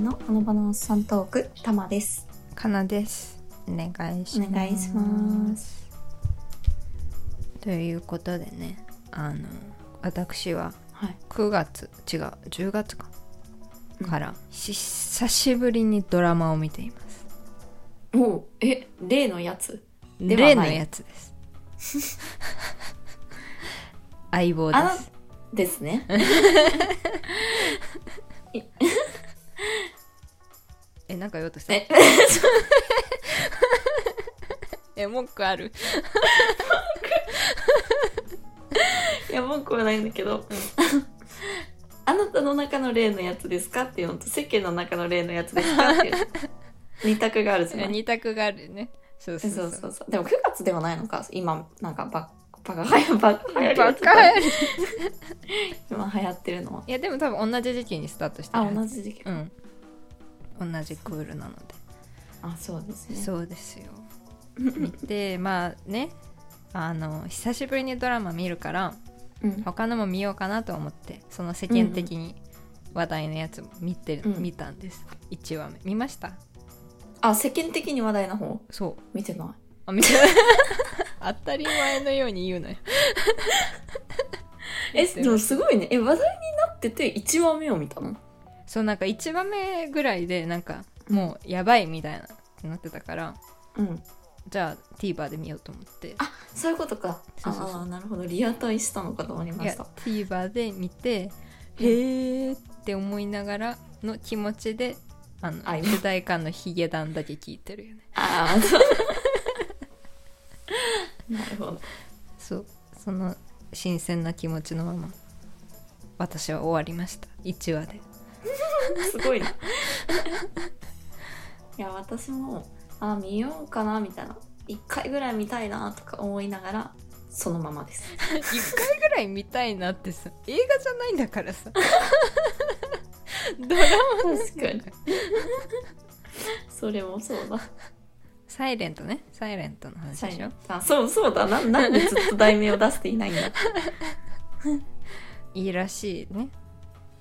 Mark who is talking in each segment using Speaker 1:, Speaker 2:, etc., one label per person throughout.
Speaker 1: のあのバナナさんトークたまです
Speaker 2: かなですお願いし
Speaker 1: お
Speaker 2: ます
Speaker 1: 願いします
Speaker 2: ということでねあの私は
Speaker 1: はい
Speaker 2: 9月違う10月か、
Speaker 1: うん
Speaker 2: から久しぶりにドラマを見ています
Speaker 1: おうえ例のやつではない
Speaker 2: 例のやつです相棒で
Speaker 1: あ
Speaker 2: す
Speaker 1: ですね
Speaker 2: えなんか言おうとした
Speaker 1: え
Speaker 2: え文句ある
Speaker 1: いや文句はないんだけど、あなたの中の例のやつですかっていうのと世間の中の例のやつですか っていう二択があるじゃない
Speaker 2: 二択があるねそう
Speaker 1: そ
Speaker 2: そううそう
Speaker 1: そうそうでも9月ではないのか今なんかババカはや バカはや
Speaker 2: バカやり
Speaker 1: 今流行ってるのはい
Speaker 2: やでも多分同じ時期にスタートして
Speaker 1: あ
Speaker 2: る
Speaker 1: 同じ時期、
Speaker 2: うん同じクールなの
Speaker 1: あそうです
Speaker 2: で
Speaker 1: ね
Speaker 2: そうですよ見てまあねあの久しぶりにドラマ見るから
Speaker 1: うん
Speaker 2: 他のも見ようかなと思ってその世間的に話題のやつも見て、
Speaker 1: うん
Speaker 2: 見たんです1話目見ました
Speaker 1: あ世間的に話題の方
Speaker 2: そう
Speaker 1: 見てない
Speaker 2: あ見た 当たり前のように言 うのよ
Speaker 1: え
Speaker 2: 見てました
Speaker 1: でもすごいねえ話題になってて1話目を見たの
Speaker 2: そうなんか1話目ぐらいでなんかもうやばいみたいなってなってたから
Speaker 1: うん
Speaker 2: じゃあ TVer で見ようと思って
Speaker 1: あそういうことか
Speaker 2: そうそうそう
Speaker 1: ああなるほどリアタイしたのかと思いま
Speaker 2: いや
Speaker 1: した
Speaker 2: TVer で見てへーって思いながらの気持ちであの
Speaker 1: あ今
Speaker 2: 世代間のヒゲダンだけ聞いてるよね
Speaker 1: ああ そうなるほど
Speaker 2: そうその新鮮な気持ちのまま私は終わりました1話 です
Speaker 1: ごいないや私もあ見ようかなみたいな1回ぐらい見たいなとか思いながらそのままです
Speaker 2: 1回ぐらい見たいなってさ映画じゃないんだからさドラマなんだ
Speaker 1: 確かにそれもそうだ
Speaker 2: サイレントねサイレントの話でしょ
Speaker 1: あそうそうだななんでずっと題名を出していないんだ
Speaker 2: いいらしいね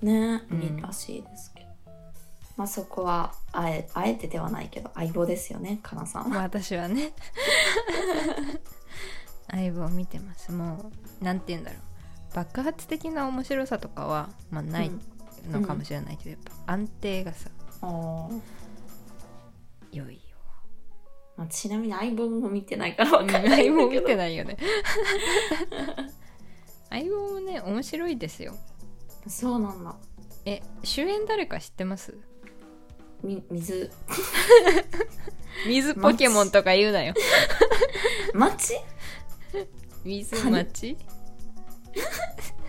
Speaker 1: ね
Speaker 2: うん
Speaker 1: 見らしいですけど、まあそこはあえあえてではないけど相棒ですよねかなさんは
Speaker 2: まあ私はね相棒を見てますもうなんて言うんだろう爆発的な面白さとかは、まあ、ない
Speaker 1: うん
Speaker 2: のかもしれないけど、やっぱ安定がさ
Speaker 1: あー
Speaker 2: 良いよ
Speaker 1: まあ、ちなみに相棒も見てないからわかんない
Speaker 2: 相
Speaker 1: ん
Speaker 2: 棒
Speaker 1: だ
Speaker 2: 見
Speaker 1: けど
Speaker 2: てないよね相棒もね面白いですよ
Speaker 1: そうなんだ
Speaker 2: え主演誰か知ってます
Speaker 1: み水
Speaker 2: 水ポケモンとか言うなよ
Speaker 1: 町
Speaker 2: 水 町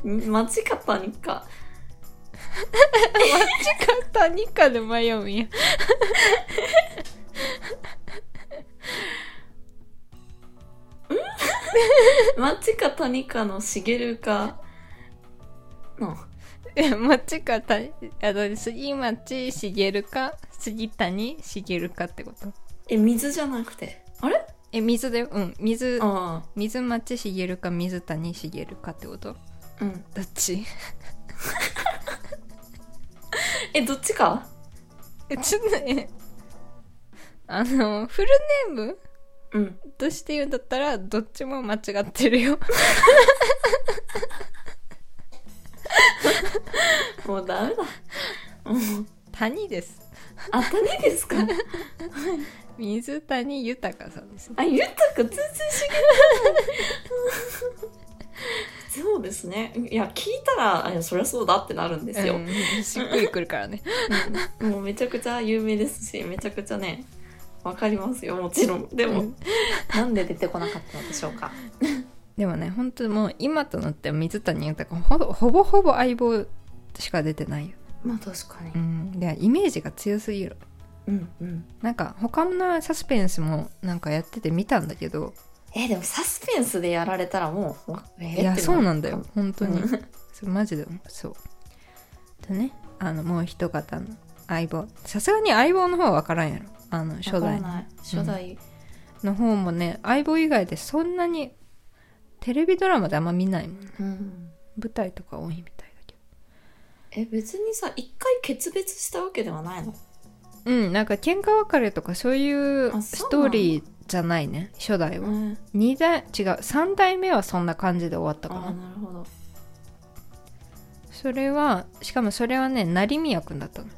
Speaker 1: 間違ったにか
Speaker 2: 何かで迷うんや
Speaker 1: 町か谷かのしげるかの
Speaker 2: え、町かた、あの、杉町茂か、杉谷茂かってこと。
Speaker 1: え水じゃなくてあれ
Speaker 2: え、水だよ。うん。水、
Speaker 1: あ
Speaker 2: 水町茂か、水谷茂かってこと
Speaker 1: あうん
Speaker 2: どっち
Speaker 1: えどっちか
Speaker 2: え、ちょっと、え、あの、フルネーム
Speaker 1: うん
Speaker 2: として言うんだったら、どっちも間違ってる よ。
Speaker 1: もうダメだもう
Speaker 2: 谷です。
Speaker 1: あ谷ですか
Speaker 2: 水谷豊さんです。
Speaker 1: あゆたか全然しげるそうですねいや聞いたらあそりゃそうだってなるんですよ、
Speaker 2: うんしっくりくるからね。
Speaker 1: うんもうめちゃくちゃ有名ですしめちゃくちゃねわかりますよもちろんでも、
Speaker 2: うん
Speaker 1: なんで出てこなかったのでしょうか
Speaker 2: でもね、本当もう今となっては水谷豊ほぼほぼほぼ相棒しか出てないよ。
Speaker 1: まあ確かに
Speaker 2: うん、でイメージが強すぎる
Speaker 1: うんうん
Speaker 2: なんか他のサスペンスもなんかやってて見たんだけど
Speaker 1: えでもサスペンスでやられたらもうわえー
Speaker 2: いや
Speaker 1: ってる
Speaker 2: そうなんだよ本当に
Speaker 1: うん
Speaker 2: そうマジでそうでねあのもう一方の相棒さすがに相棒の方は分からんやろあの初
Speaker 1: わから
Speaker 2: 代
Speaker 1: ない初代
Speaker 2: の方もね相棒以外でそんなにテレビドラマであんま見ないもん
Speaker 1: うん、
Speaker 2: 舞台とか多いみたいだけど
Speaker 1: え別にさ一回決別したわけではないの
Speaker 2: うんなんか喧嘩別れとかそういう
Speaker 1: あそう
Speaker 2: ス
Speaker 1: なんだ
Speaker 2: トーリーじゃないね初代は、
Speaker 1: ん
Speaker 2: 二代違う3代目はそんな感じで終わった
Speaker 1: あ
Speaker 2: か
Speaker 1: ー
Speaker 2: な
Speaker 1: なるほど
Speaker 2: それはしかもそれはね成宮君だったの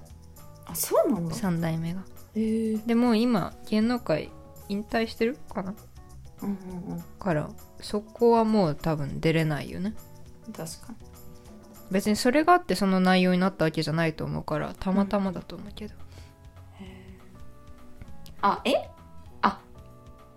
Speaker 1: あそうなんだ
Speaker 2: 3代目が
Speaker 1: へえー、
Speaker 2: でもう今芸能界引退してるかな
Speaker 1: うんうん
Speaker 2: からそこはもう多分出れないよね
Speaker 1: うん確かに
Speaker 2: 別にそれがあってその内容になったわけじゃないと思うからたまたまだと思うけど、
Speaker 1: あえあ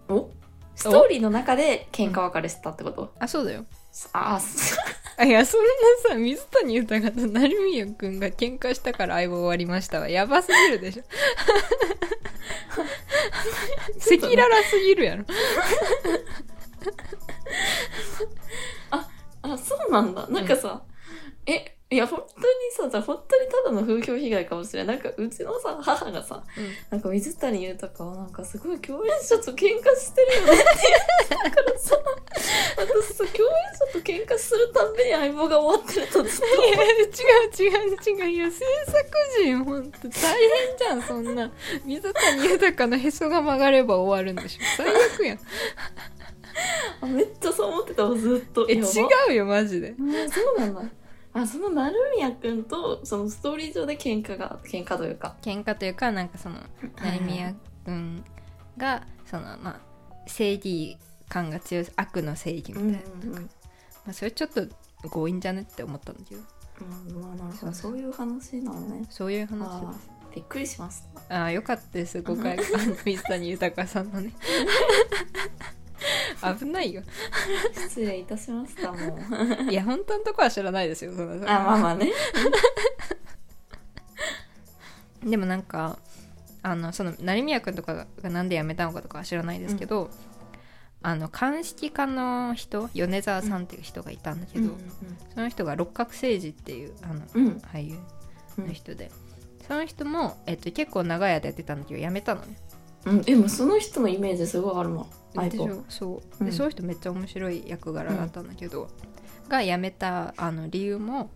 Speaker 1: おストーリーの中で喧嘩別れしたってこと
Speaker 2: あそうだよ
Speaker 1: ああす
Speaker 2: あいやそんなさ水谷豊と成宮君が喧嘩したから相棒終わりましたわやばすぎるで しょ赤
Speaker 1: とね
Speaker 2: 裸々すぎるやろ
Speaker 1: あそうなんだなんかさ、えいや本当にさじゃあ本当にただの風評被害かもしれないなんかうちのさ母がさ、
Speaker 2: うん
Speaker 1: なんか水谷豊はなんかすごい共演者と喧嘩してるよねって言ってた からさ私さ共演者と喧嘩するたんびに相棒が終わってると ずっと
Speaker 2: いや違う違う違ういや制作陣ほんと大変じゃんそんな水谷豊のへそが曲がれば終わるんでしょ最悪 やん
Speaker 1: あめっちゃそう思ってたわずっと
Speaker 2: え
Speaker 1: やば
Speaker 2: 違うよマジで
Speaker 1: うんそうなんだあその成宮くんとそのストーリー上で喧嘩が喧嘩というか
Speaker 2: 喧嘩というかなんかその成宮君がそのまあ正義感が強い悪の正義みた
Speaker 1: う
Speaker 2: い
Speaker 1: んうん
Speaker 2: な、まあ、それちょっと強引じゃねって思ったんだけど
Speaker 1: うんうんまあなんかそういう話なのね
Speaker 2: そういう話
Speaker 1: あ
Speaker 2: です
Speaker 1: ーびっくりしました
Speaker 2: ああよかったです誤解があの水谷豊さんの ね危ないよ
Speaker 1: 失礼いたしましたもう
Speaker 2: いや本当のとこは知らないですよそんな
Speaker 1: あまあまあね
Speaker 2: でもなんかあのその成宮君とかがなんで辞めたのかとかは知らないですけど、あの鑑識課の人米沢さんっていう人がいたんだけど、その人が六角誠治っていうあの
Speaker 1: うんうん
Speaker 2: 俳優
Speaker 1: う
Speaker 2: の
Speaker 1: ん
Speaker 2: 人で、その人も、えっと、結構長い間やってたんだけど辞めたのね。
Speaker 1: うんでもその人のイメージすごいあるもん相
Speaker 2: で
Speaker 1: 棒
Speaker 2: しょそう
Speaker 1: うん
Speaker 2: でその人めっちゃ面白い役柄だったんだけど、が辞めたあの理由も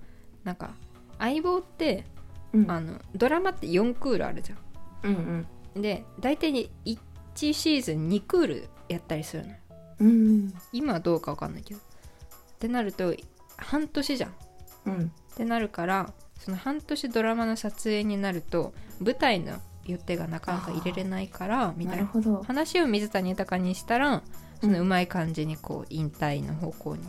Speaker 2: なんか相棒って
Speaker 1: うん
Speaker 2: あのドラマって4クールあるじゃん。
Speaker 1: うん
Speaker 2: で大体に1シーズン2クールやったりするの
Speaker 1: うんうん
Speaker 2: 今はどうかわかんないけどってなると半年じゃんっ
Speaker 1: うん
Speaker 2: てなるからその半年ドラマの撮影になると舞台の予定がなかなか入れれないからみ
Speaker 1: な
Speaker 2: た
Speaker 1: いる
Speaker 2: な
Speaker 1: ほど
Speaker 2: 話を水谷豊にしたらその
Speaker 1: う
Speaker 2: うまい感じにこう引退の方向に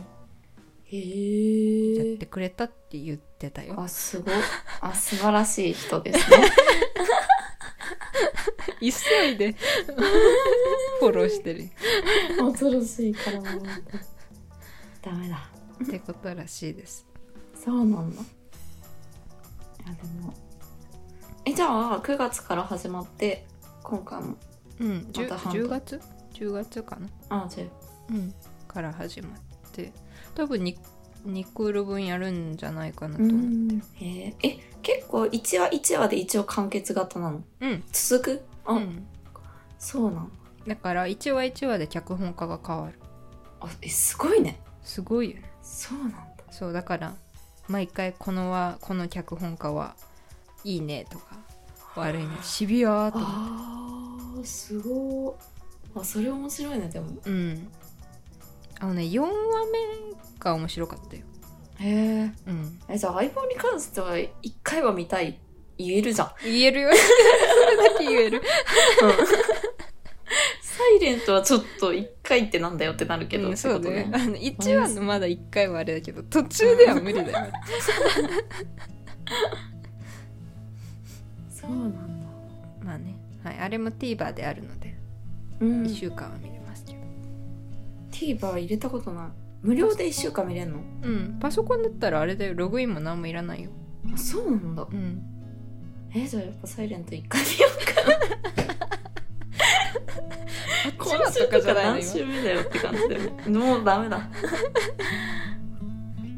Speaker 1: へ
Speaker 2: やっ
Speaker 1: え
Speaker 2: てくれたって言ってたよ、
Speaker 1: あすごいあ素晴らしい人です ね
Speaker 2: 急いで フォローしてる
Speaker 1: 恐ろしいからもうダメだ
Speaker 2: ってことらしいです
Speaker 1: そうなんだいやでもえじゃあ9月から始まって今回も
Speaker 2: うんじゅ
Speaker 1: また半分
Speaker 2: 10, 月10月かな
Speaker 1: あじゃ
Speaker 2: うん、から始まって多分 2, 2クール分やるんじゃないかな
Speaker 1: あ
Speaker 2: と思う、
Speaker 1: へええ結構1話1話で一応完結型なの
Speaker 2: うん
Speaker 1: 続くあ、
Speaker 2: うん
Speaker 1: そうなんだ
Speaker 2: だから1話1話で脚本家が変わる
Speaker 1: あえすごいね
Speaker 2: すごいよね
Speaker 1: そうなんだ
Speaker 2: そうだから毎回このはこの脚本家はいいねとか悪いねシビアーと思っ
Speaker 1: あーすごいあそれ面白いねでも
Speaker 2: てうんあのね4話目が面白かったよ
Speaker 1: へえ
Speaker 2: うん
Speaker 1: えじゃあ相棒に関しては1回は見たい言えるじゃん
Speaker 2: 言えるよ それだけ言える
Speaker 1: サイレントはちょっと1回ってなんだよってなるけど、
Speaker 2: うんそ
Speaker 1: っ
Speaker 2: う
Speaker 1: てこと
Speaker 2: ねあの1話のまだ1回はあれだけど途中では無理だよ
Speaker 1: そうなんだ
Speaker 2: まあね、はい、あれも TVer であるので、
Speaker 1: うん
Speaker 2: 1週間は見れますけど
Speaker 1: TVer 入れたことない無料で1週間見れんの
Speaker 2: うんパソコンだったらあれだよログインも何もいらないよ
Speaker 1: あそうなんだ
Speaker 2: うん
Speaker 1: えじゃあやっぱ「サイレント一回見ようか
Speaker 2: あっ ち
Speaker 1: 今
Speaker 2: は
Speaker 1: 週
Speaker 2: と
Speaker 1: と
Speaker 2: かじ
Speaker 1: か
Speaker 2: ゃない
Speaker 1: 何
Speaker 2: の今
Speaker 1: 週目だよって感じだよねもうダメだ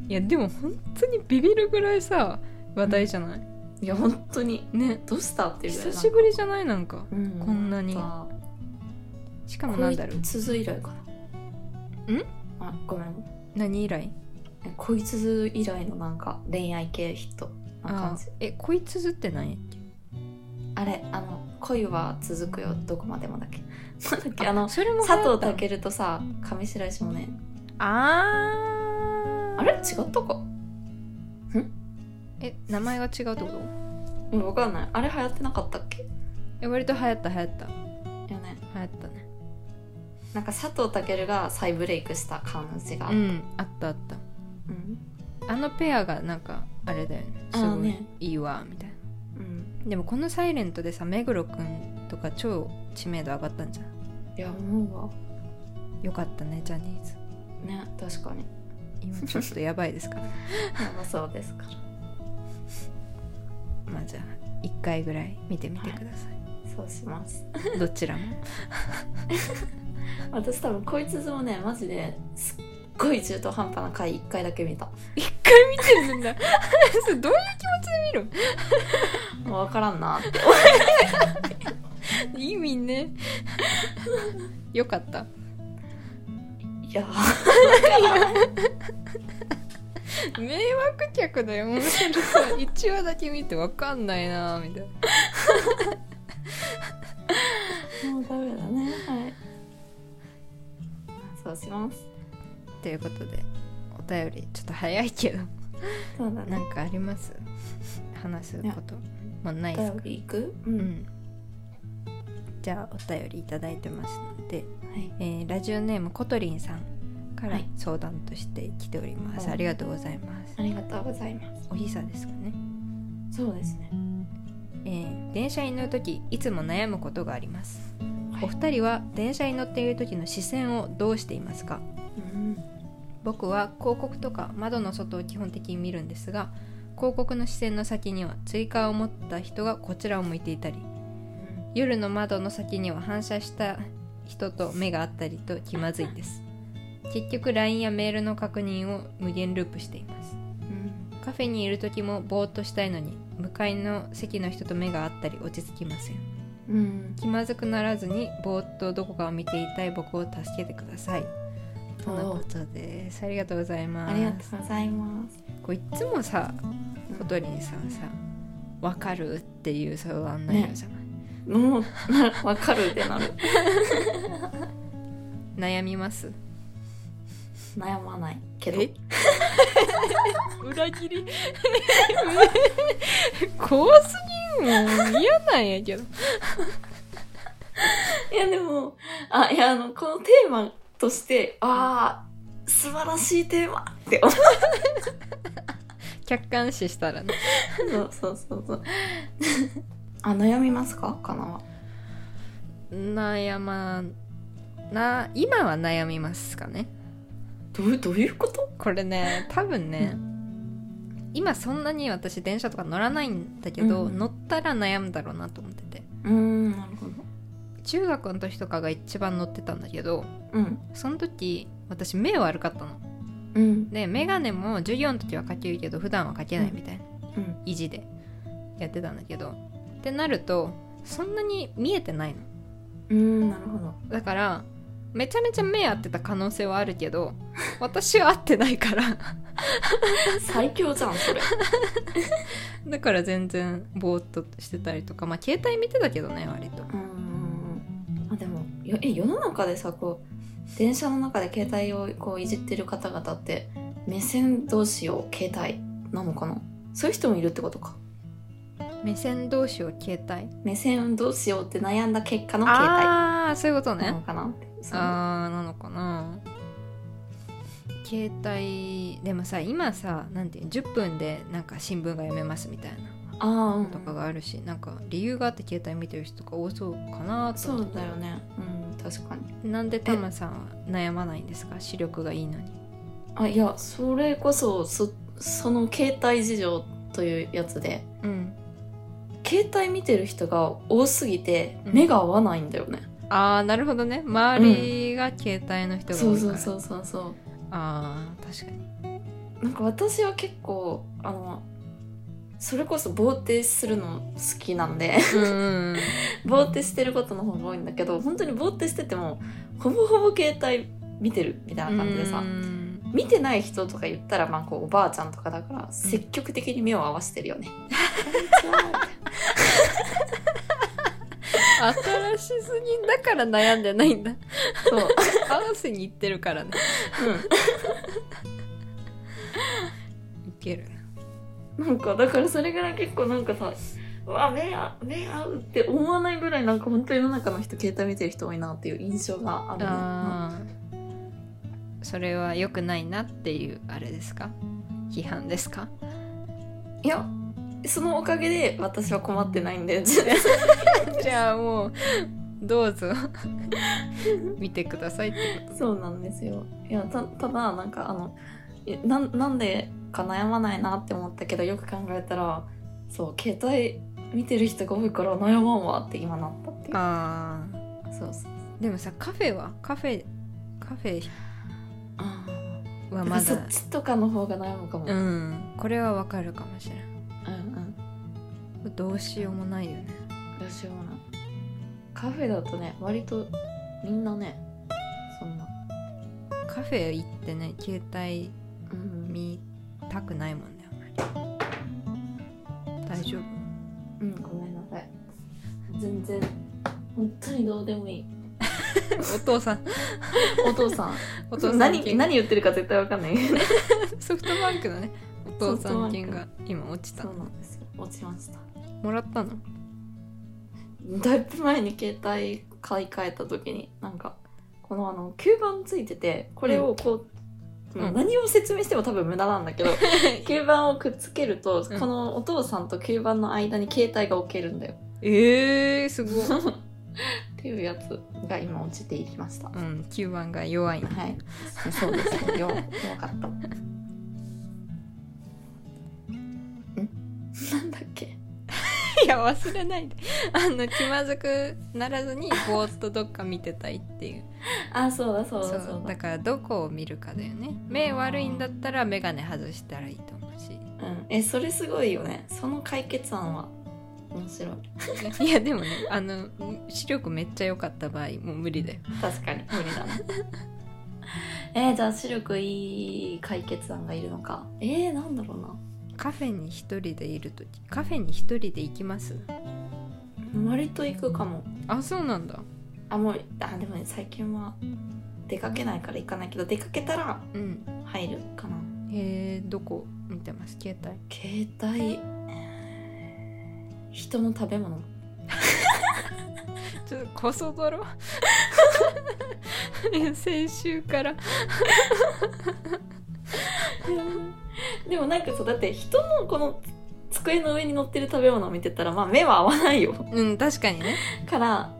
Speaker 2: いやでも本当にビビるぐらいさ話題じゃない、
Speaker 1: いや本当に
Speaker 2: ね
Speaker 1: どうしたっていうぐらい
Speaker 2: 久しぶりじゃないなんか
Speaker 1: り、うん、
Speaker 2: こんなに
Speaker 1: あ
Speaker 2: しかもなんだろう
Speaker 1: こいつづ以来かなんあごめん
Speaker 2: 何以来
Speaker 1: えこいつづ以来のなんか恋愛系ヒットな感じ
Speaker 2: あーえこいつずって何やっけ
Speaker 1: あれあの恋は続くよどこまでもだっけ なんだっけあ
Speaker 2: あ
Speaker 1: の
Speaker 2: それも流行った
Speaker 1: 佐藤健とさ上白石もね
Speaker 2: あー
Speaker 1: あれ違ったか
Speaker 2: え名前が違うってこと
Speaker 1: うんわかんないあれ流行ってなかったっけよ
Speaker 2: え割と流行った流行った
Speaker 1: ね
Speaker 2: 流行ったね
Speaker 1: なんか佐藤健が再ブレイクした感じが、
Speaker 2: うんあったあった
Speaker 1: うん
Speaker 2: あのペアがなんかあれだよねす
Speaker 1: あー
Speaker 2: ごい
Speaker 1: ね
Speaker 2: いいわみたいな
Speaker 1: うん
Speaker 2: でもこの「サイレントでさ目黒くんとか超知名度上がったんじゃん
Speaker 1: いや思
Speaker 2: よかったねジャニーズ
Speaker 1: うわね確かに
Speaker 2: 今ちょっとやばいですから
Speaker 1: やばそうですから
Speaker 2: まあじゃあ1回ぐらい見てみてください、
Speaker 1: そうします
Speaker 2: どちらも
Speaker 1: 私多分こいつずもねマジですっごい中途半端な回1回だけ見た
Speaker 2: 1回見てるんだ それどういう気持ちで
Speaker 1: もう分からんなって
Speaker 2: 見る意味ね よかった
Speaker 1: いや
Speaker 2: 迷惑客だよ面白さ1話だ け見てわかんないなみたいな
Speaker 1: もうダメだねはいそうします
Speaker 2: ということでお便りちょっと早いけど
Speaker 1: そうだね
Speaker 2: なんかあります話すこともない
Speaker 1: お
Speaker 2: です
Speaker 1: 便
Speaker 2: か
Speaker 1: り行くう
Speaker 2: う、んじゃあお便りいただいてますので、
Speaker 1: はい
Speaker 2: えーラジオネームコトリンさんから
Speaker 1: はい
Speaker 2: 相談として来ております、
Speaker 1: はい
Speaker 2: ありがとうございます
Speaker 1: ありがとうございます
Speaker 2: おひさですかね、
Speaker 1: そうですね
Speaker 2: えー電車に乗る時いつも悩むことがあります
Speaker 1: はい
Speaker 2: お二人は電車に乗っている時の視線をどうしていますか
Speaker 1: うん
Speaker 2: 僕は広告とか窓の外を基本的に見るんですが広告の視線の先には追加を持った人がこちらを向いていたり夜の窓の先には反射した人と目があったりと気まずい です結局 LINE やメールの確認を無限ループしています
Speaker 1: うん
Speaker 2: カフェにいる時もぼーっとしたいのに向かいの席の人と目があったり落ち着きません
Speaker 1: うん
Speaker 2: 気まずくならずにぼーっとどこかを見ていたい僕を助けてくださいとのことですありがとうございます
Speaker 1: ありがとうございます
Speaker 2: こういっつもさ小鳥さんさ「わかる?」っていう相談内容じゃない、
Speaker 1: もうな分かるってなる
Speaker 2: 悩みます
Speaker 1: 悩まないけど
Speaker 2: え裏切り怖すぎんもん嫌なんやけど
Speaker 1: いやでも、あ、いやあの、このテーマとして、ああ、素晴らしいテーマって思
Speaker 2: 客観視したらね
Speaker 1: うの。そうそうそう。あ、悩みますかかなは。
Speaker 2: 悩まな今は悩みますかね
Speaker 1: どういう、どういうこと
Speaker 2: これね多分ね、今そんなに私電車とか乗らないんだけど、
Speaker 1: うん
Speaker 2: 乗ったら悩むだろうなと思ってて
Speaker 1: うーん、なるほど。
Speaker 2: 中学の時とかが一番乗ってたんだけど
Speaker 1: うん。
Speaker 2: その時私目悪かったの
Speaker 1: うん。
Speaker 2: で眼鏡も授業の時はかけるけど普段はかけないみたいな
Speaker 1: うん。
Speaker 2: 意地でやってたんだけどってなるとそんなに見えてないの
Speaker 1: うーん、なるほど。
Speaker 2: だからめちゃめちゃ目合ってた可能性はあるけ ど私は合ってないから
Speaker 1: 最強じゃん、それ。
Speaker 2: だから全然ぼーっとしてたりとかまあ携帯見てたけどね割と
Speaker 1: うーん。あ、でも、よえ、世の中でさ、こう、電車の中で携帯をこういじってる方々って、目線どうしよう、携帯なのかなそういう人もいるってことか。
Speaker 2: 目線同士を携帯
Speaker 1: 目線どうしようって悩んだ結果の携帯
Speaker 2: ああそういうことね、
Speaker 1: なのかなってそう
Speaker 2: あーなのかな携帯でもさ今さなんていうの10分でなんか新聞が読めますみたいな
Speaker 1: あーうん
Speaker 2: とかがあるし、なんか理由があって携帯見てる人とか多そうかなと
Speaker 1: そ
Speaker 2: 思
Speaker 1: う
Speaker 2: って
Speaker 1: だよねうん確かに
Speaker 2: なんでタマさんは悩まないんですか視力がいいのに
Speaker 1: あいやそれこそそその携帯事情というやつで
Speaker 2: うん
Speaker 1: 携帯見てる人が多すぎて
Speaker 2: うん
Speaker 1: 目が合わないんだよね、
Speaker 2: ああなるほどね周りが携帯の人が
Speaker 1: そ
Speaker 2: 多
Speaker 1: う
Speaker 2: いから、
Speaker 1: そうそうそうそ
Speaker 2: ああ確かに
Speaker 1: うなんか私は結構あのそれこそぼーってするの好きなん で
Speaker 2: うんうん
Speaker 1: ぼーってしてることの方が多いんだけど本当にぼーってしててもほぼほぼ携帯見てるみたいな感じでさ、
Speaker 2: うん
Speaker 1: 見てない人とか言ったら、まあ、こうおばあちゃんとかだから積極的に目を合わせてるよね。
Speaker 2: 新しすぎだから悩んでないん だ
Speaker 1: そう、う
Speaker 2: 合わせに行ってるからね いける
Speaker 1: ん、なんかだからそれぐらい結構なんかさうわ目あ目合うって思わないぐらいなんか本当に世の中の人携帯見てる人多いなっていう印象があるね
Speaker 2: あーそれは良くないなっていうあれですか批判ですか
Speaker 1: いやそのおかげで私は困ってないん で
Speaker 2: じゃあもうどう ぞ見てくださいってこ
Speaker 1: そうなんですよいやたただなんかあのいなんなんでか悩まないなって思ったけどよく考えたらそう携帯見てる人が多いから悩まんわって今なったってい
Speaker 2: と
Speaker 1: う
Speaker 2: あ
Speaker 1: そうそう
Speaker 2: ーでもさカフェはカフェカフェ
Speaker 1: あー
Speaker 2: は
Speaker 1: なんか
Speaker 2: ま
Speaker 1: そ
Speaker 2: だ
Speaker 1: っちとかの方が悩むかも、
Speaker 2: う
Speaker 1: うん
Speaker 2: んこれはわかるかもしれない
Speaker 1: うん
Speaker 2: どうしようもないよね
Speaker 1: どうしようもないカフェだとね割とみんなねそんな、
Speaker 2: カフェ行ってね携帯
Speaker 1: うん
Speaker 2: 見たくないもんねあんまり大 丈夫
Speaker 1: うん、ごめんなさい全然本当にどうでもいい
Speaker 2: お父さん
Speaker 1: お父 さん
Speaker 2: お父さん
Speaker 1: 何
Speaker 2: 犬
Speaker 1: 何言ってるか絶対わかんないけど
Speaker 2: ソフトバンクのねお父さん犬が今落ちた
Speaker 1: そうなんですよ落ちました
Speaker 2: もらったの
Speaker 1: だいぶ前に携帯買い替えた時になんかこのあの吸盤ついててこれをこう、
Speaker 2: うん
Speaker 1: もう何を説明しても多分無駄なんだけ ど吸盤をくっつけると、
Speaker 2: うん
Speaker 1: このお父さんと吸盤の間に携帯が置けるんだよ
Speaker 2: えー、すごい
Speaker 1: っていうやつが今落ちていきました。は
Speaker 2: うん吸盤が弱い
Speaker 1: い、そうですね。よ、よかった。んなんだっけ。
Speaker 2: いや忘れないであの気まずくならずにぼーっとどっか見てたいっていう
Speaker 1: あ、そうだ、そうだ、
Speaker 2: そ
Speaker 1: そううだ。
Speaker 2: だからどこを見るかだよね目悪いんだったら眼鏡外したらいいと思うし
Speaker 1: うん、え、それすごいよね。その解決案は。面白い。
Speaker 2: いやでもねあの視力めっちゃ良かった場合もう無理だよ
Speaker 1: 確かに、無理だね。 えー、じゃあ視力いい解決案がいるのかえー、なんだろうな
Speaker 2: カフェに一人でいる時カフェに一人で行きます
Speaker 1: 割と行くかも
Speaker 2: あそうなんだ
Speaker 1: あもうあでもね最近は出かけないから行かないけど出かけたら
Speaker 2: うん
Speaker 1: 入るかな
Speaker 2: えー、どこ見てます携帯
Speaker 1: 携帯人の食べ物
Speaker 2: ちょっとこそ泥 いや先週から
Speaker 1: でもなんかさだって人のこの机の上に乗ってる食べ物を見てたらまあ目は合わないよ
Speaker 2: うん確かにね
Speaker 1: から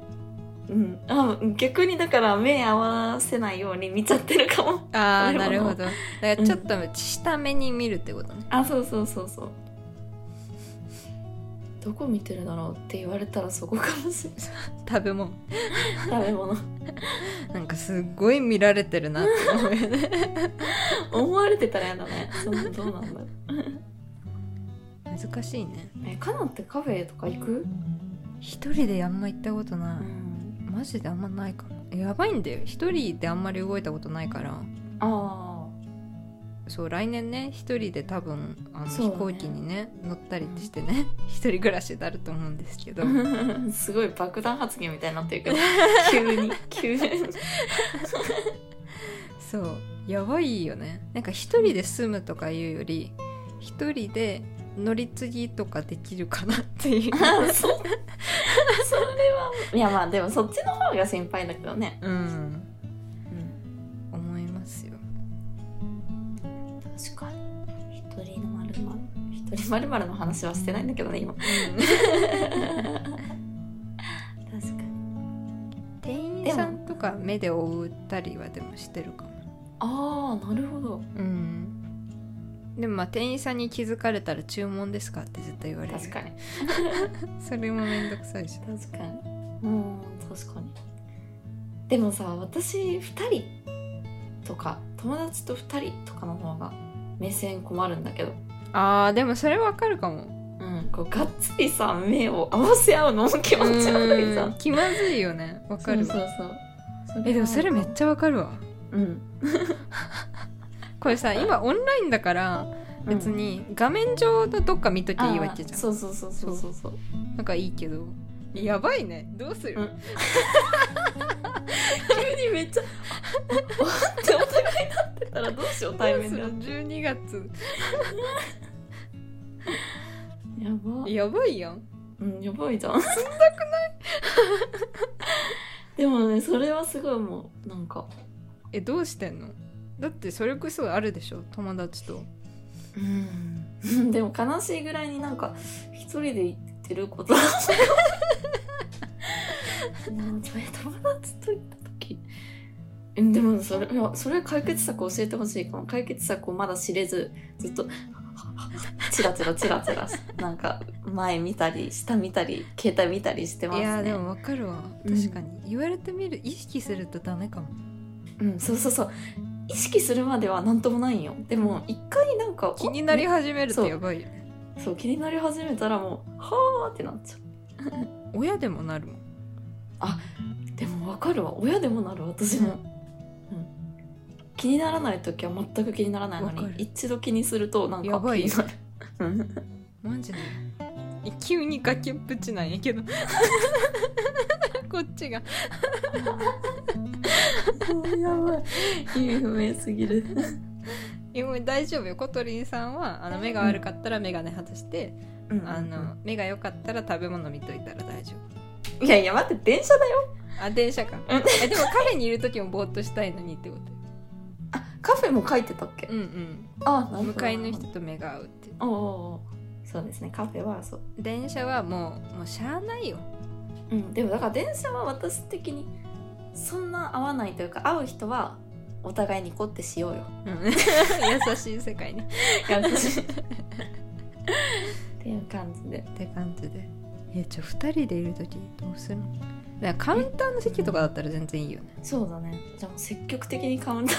Speaker 1: うんあ逆にだから目合わせないように見ちゃってるかも
Speaker 2: ああ
Speaker 1: な
Speaker 2: な
Speaker 1: る
Speaker 2: る
Speaker 1: ほ
Speaker 2: ほ
Speaker 1: ど
Speaker 2: どだからちょっと下目に見るってことね、
Speaker 1: あそうそうそうそうどこ見てるだろうって言われたらそこかもし
Speaker 2: 食べ物
Speaker 1: れない食べ物
Speaker 2: なんかすっごい見られてるなって思うよね
Speaker 1: 思われてたらやだねそんなどうなんだろう
Speaker 2: 難しいね
Speaker 1: えかなってカフェとか行く、
Speaker 2: 一人であんま行ったことな
Speaker 1: うん、
Speaker 2: い、マジであんまないかもやばいんだよ一人であんまり動いたことないから
Speaker 1: あ
Speaker 2: そう来年ね一人で多分あの
Speaker 1: そう
Speaker 2: 飛
Speaker 1: ね
Speaker 2: 行機にね乗ったりしてね一人暮らしになると思うんですけど
Speaker 1: あすごい爆弾発言みたいになってる けど急に急に
Speaker 2: そうやばいよねなんか一人で住むとかいうより一人で乗り継ぎとかできるかなって いう
Speaker 1: あそそれはいやまあでもそっちの方が心配だけどね、
Speaker 2: うん
Speaker 1: うん、
Speaker 2: 思いますよ
Speaker 1: 確かに一人のまるまる一人まるまるの話はしてないんだけどね今確かに
Speaker 2: 店員さんとか目で追ったりはでもしてるかも
Speaker 1: ああなるほど
Speaker 2: うんでもまあ店員さんに気づかれたら注文ですかって絶対言われる
Speaker 1: 確かに
Speaker 2: それもめんどくさいし
Speaker 1: 確かにうん確かにでもさ私2人とか友達と2人とかの方が目線困るんだけど
Speaker 2: あーでもそれわかるかも
Speaker 1: うん、こうがっつりさ目を合わせ合うのも気持ち悪いさ
Speaker 2: うん 気まずいよねわかる
Speaker 1: そ
Speaker 2: わ
Speaker 1: うそうそう
Speaker 2: えでもそれめっ
Speaker 1: ゃ
Speaker 2: ちゃわかるわ
Speaker 1: うん
Speaker 2: これさ今オンラインだから別に画面上のどっか見ときゃいいわけじゃん、
Speaker 1: そうそうそうそうそうそう
Speaker 2: なんかいいけどやばいねどうする、
Speaker 1: うん急にめっちゃおおってお互いなってたらどうしよう
Speaker 2: どう
Speaker 1: 対面
Speaker 2: す
Speaker 1: でや
Speaker 2: る12月
Speaker 1: ば
Speaker 2: やばいやん
Speaker 1: うんやばいじゃんすんなくないでもねそれはすごいもうなんか
Speaker 2: えどうしてんのだってそれこそあるでしょ友達と
Speaker 1: うん でも悲しいぐらいになんか一人で行ってること もうそれ友達と行った時えでもそれいやそれ解決策教えてほしいかも解決策をまだ知れずずっと チラチラチラチラしなんか前見たり下見たり携帯見たりしてます
Speaker 2: い
Speaker 1: ね
Speaker 2: やでもわかるわ
Speaker 1: うん
Speaker 2: 確かに、言われてみる意識するとダメかも
Speaker 1: うんそうそうそう意識するまでは何ともないんよでも一回なんか
Speaker 2: 気になり始めるとやばいよね
Speaker 1: そう気になり始めたらもうはーってなっちゃう
Speaker 2: 親でもなるもん
Speaker 1: でもわかるわ親でもなる私も、うん気にならない時は全く気にならないの
Speaker 2: わ
Speaker 1: に
Speaker 2: かる
Speaker 1: 一度気にするとなんか
Speaker 2: やばいよ
Speaker 1: 気になるうん
Speaker 2: マジでえ急に崖っぷちなんやけど こっちが
Speaker 1: やばい意味不明すぎる
Speaker 2: いやもう大丈夫よコトリンさんはあの目が悪かったら眼鏡外して、あの目が良かったら食べ物見といたら大丈
Speaker 1: いやいや待って電車だよ
Speaker 2: 夫あ電車か
Speaker 1: うん
Speaker 2: えでもカフェにいる時もぼーっとしたいのにってこと
Speaker 1: あカフェも書いてたっけ、
Speaker 2: うん
Speaker 1: あな
Speaker 2: う
Speaker 1: る
Speaker 2: ん向
Speaker 1: ほど
Speaker 2: かいの人と目が合うって
Speaker 1: おうおうおうそうですねカフェはそう、
Speaker 2: 電車はもうもうしゃあないよ
Speaker 1: うん、でもだから電車は私的にそんな合わないというか会う人はお互いにこってしようよ
Speaker 2: 優しい世界にっ
Speaker 1: っていう感じで
Speaker 2: て感じでえじゃあ2人でいる時どうするのだからカウンターの席とかだったら全然いいよね
Speaker 1: そうだねじゃあもう積極的にカ ウンター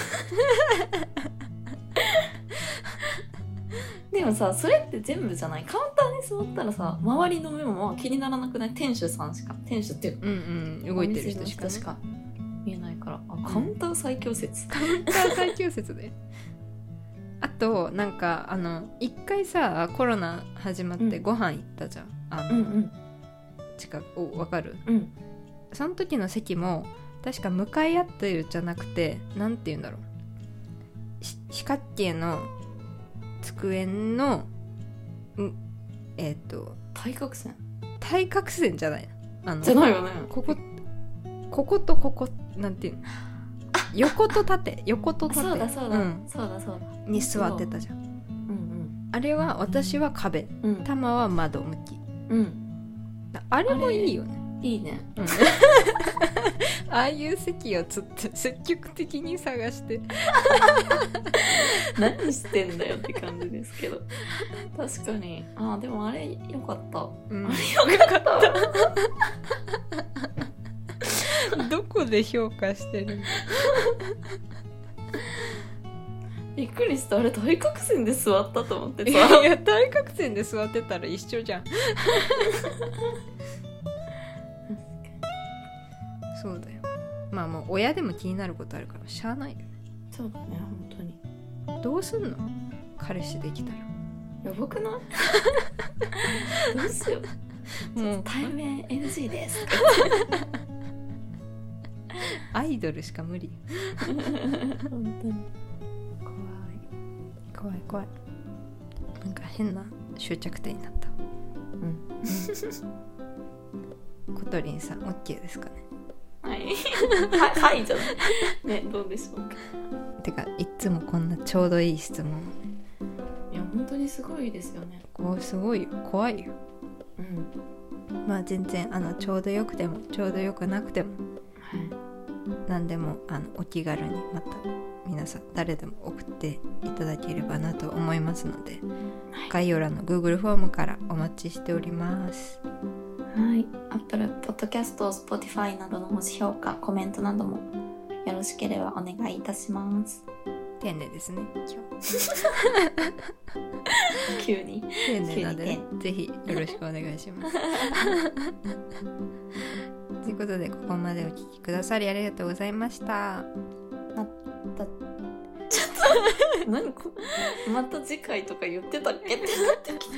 Speaker 1: でもさそれって全部じゃないカウンターに座ったらさ周りの目も気にならなくない店主さんしか店主っていうか
Speaker 2: うんうん動いてる人しか,、
Speaker 1: お
Speaker 2: ね、
Speaker 1: 店の見えないからあカウンター最強説、
Speaker 2: カウンター最強説であとなんかあの一回さコロナ始まって
Speaker 1: うん
Speaker 2: ご飯行ったじゃん、あ
Speaker 1: うん、
Speaker 2: の
Speaker 1: うん
Speaker 2: 近くおわかる
Speaker 1: うん
Speaker 2: その時の席も確か向かい合ってるじゃなくてなんて言うんだろうし四角形の机のんえっ、と
Speaker 1: 対角線
Speaker 2: 対角線じゃないなあの
Speaker 1: じゃないよね
Speaker 2: こここことここなんていうの横と縦横と
Speaker 1: あ
Speaker 2: 縦
Speaker 1: そうだそうだ、
Speaker 2: ん
Speaker 1: そうだそうだ
Speaker 2: に座ってたじゃん
Speaker 1: うん
Speaker 2: あれは私は壁
Speaker 1: うんうん
Speaker 2: タマは窓向き
Speaker 1: うん
Speaker 2: あれもいいよね
Speaker 1: いいね
Speaker 2: うんああいう席をつって積極的に探して
Speaker 1: 何してんだよって感じですけど 確かにあでもあれよかった
Speaker 2: うん
Speaker 1: あれよかったわ
Speaker 2: どこで評価してる
Speaker 1: びっくりしたあれ対角線で座ったと思って
Speaker 2: い
Speaker 1: さ
Speaker 2: やいや対角線で座ってたら一緒じゃんそうだよまあもう親でも気になることあるからしゃあないよ
Speaker 1: そうだね本当に
Speaker 2: どうすんの彼氏できたら
Speaker 1: やばくないどうしよう
Speaker 2: もう
Speaker 1: 対面 NG です
Speaker 2: アイドルしか無理
Speaker 1: 本当に怖
Speaker 2: 怖い怖いなんか変な終着点になったうんコトリンさん OK ですかね
Speaker 1: いはいははいじゃないねどうでしょうか
Speaker 2: てかいっつもこんなちょうどいい質問
Speaker 1: いや本当にすごいですよね
Speaker 2: こうすごいよ怖いよ
Speaker 1: うん
Speaker 2: まあ全然あのちょうどよくてもちょうどよくなくても
Speaker 1: は
Speaker 2: 何でもあのお気軽にまた皆さん誰でも送っていただければなと思いますので
Speaker 1: い
Speaker 2: 概要欄の Google フォームからお待ちしております
Speaker 1: はい、Apple Podcast、Spotify などのもし評価、コメントなどもよろしければお願いいたします。
Speaker 2: 丁寧ですね今日
Speaker 1: 急に。
Speaker 2: 丁寧なんで、ね
Speaker 1: 急、
Speaker 2: ぜひよろしくお願いします ということでここまでお聞きくださりありがとうございまし
Speaker 1: だ
Speaker 2: た
Speaker 1: 何こまた次回とか言ってたっけってなってき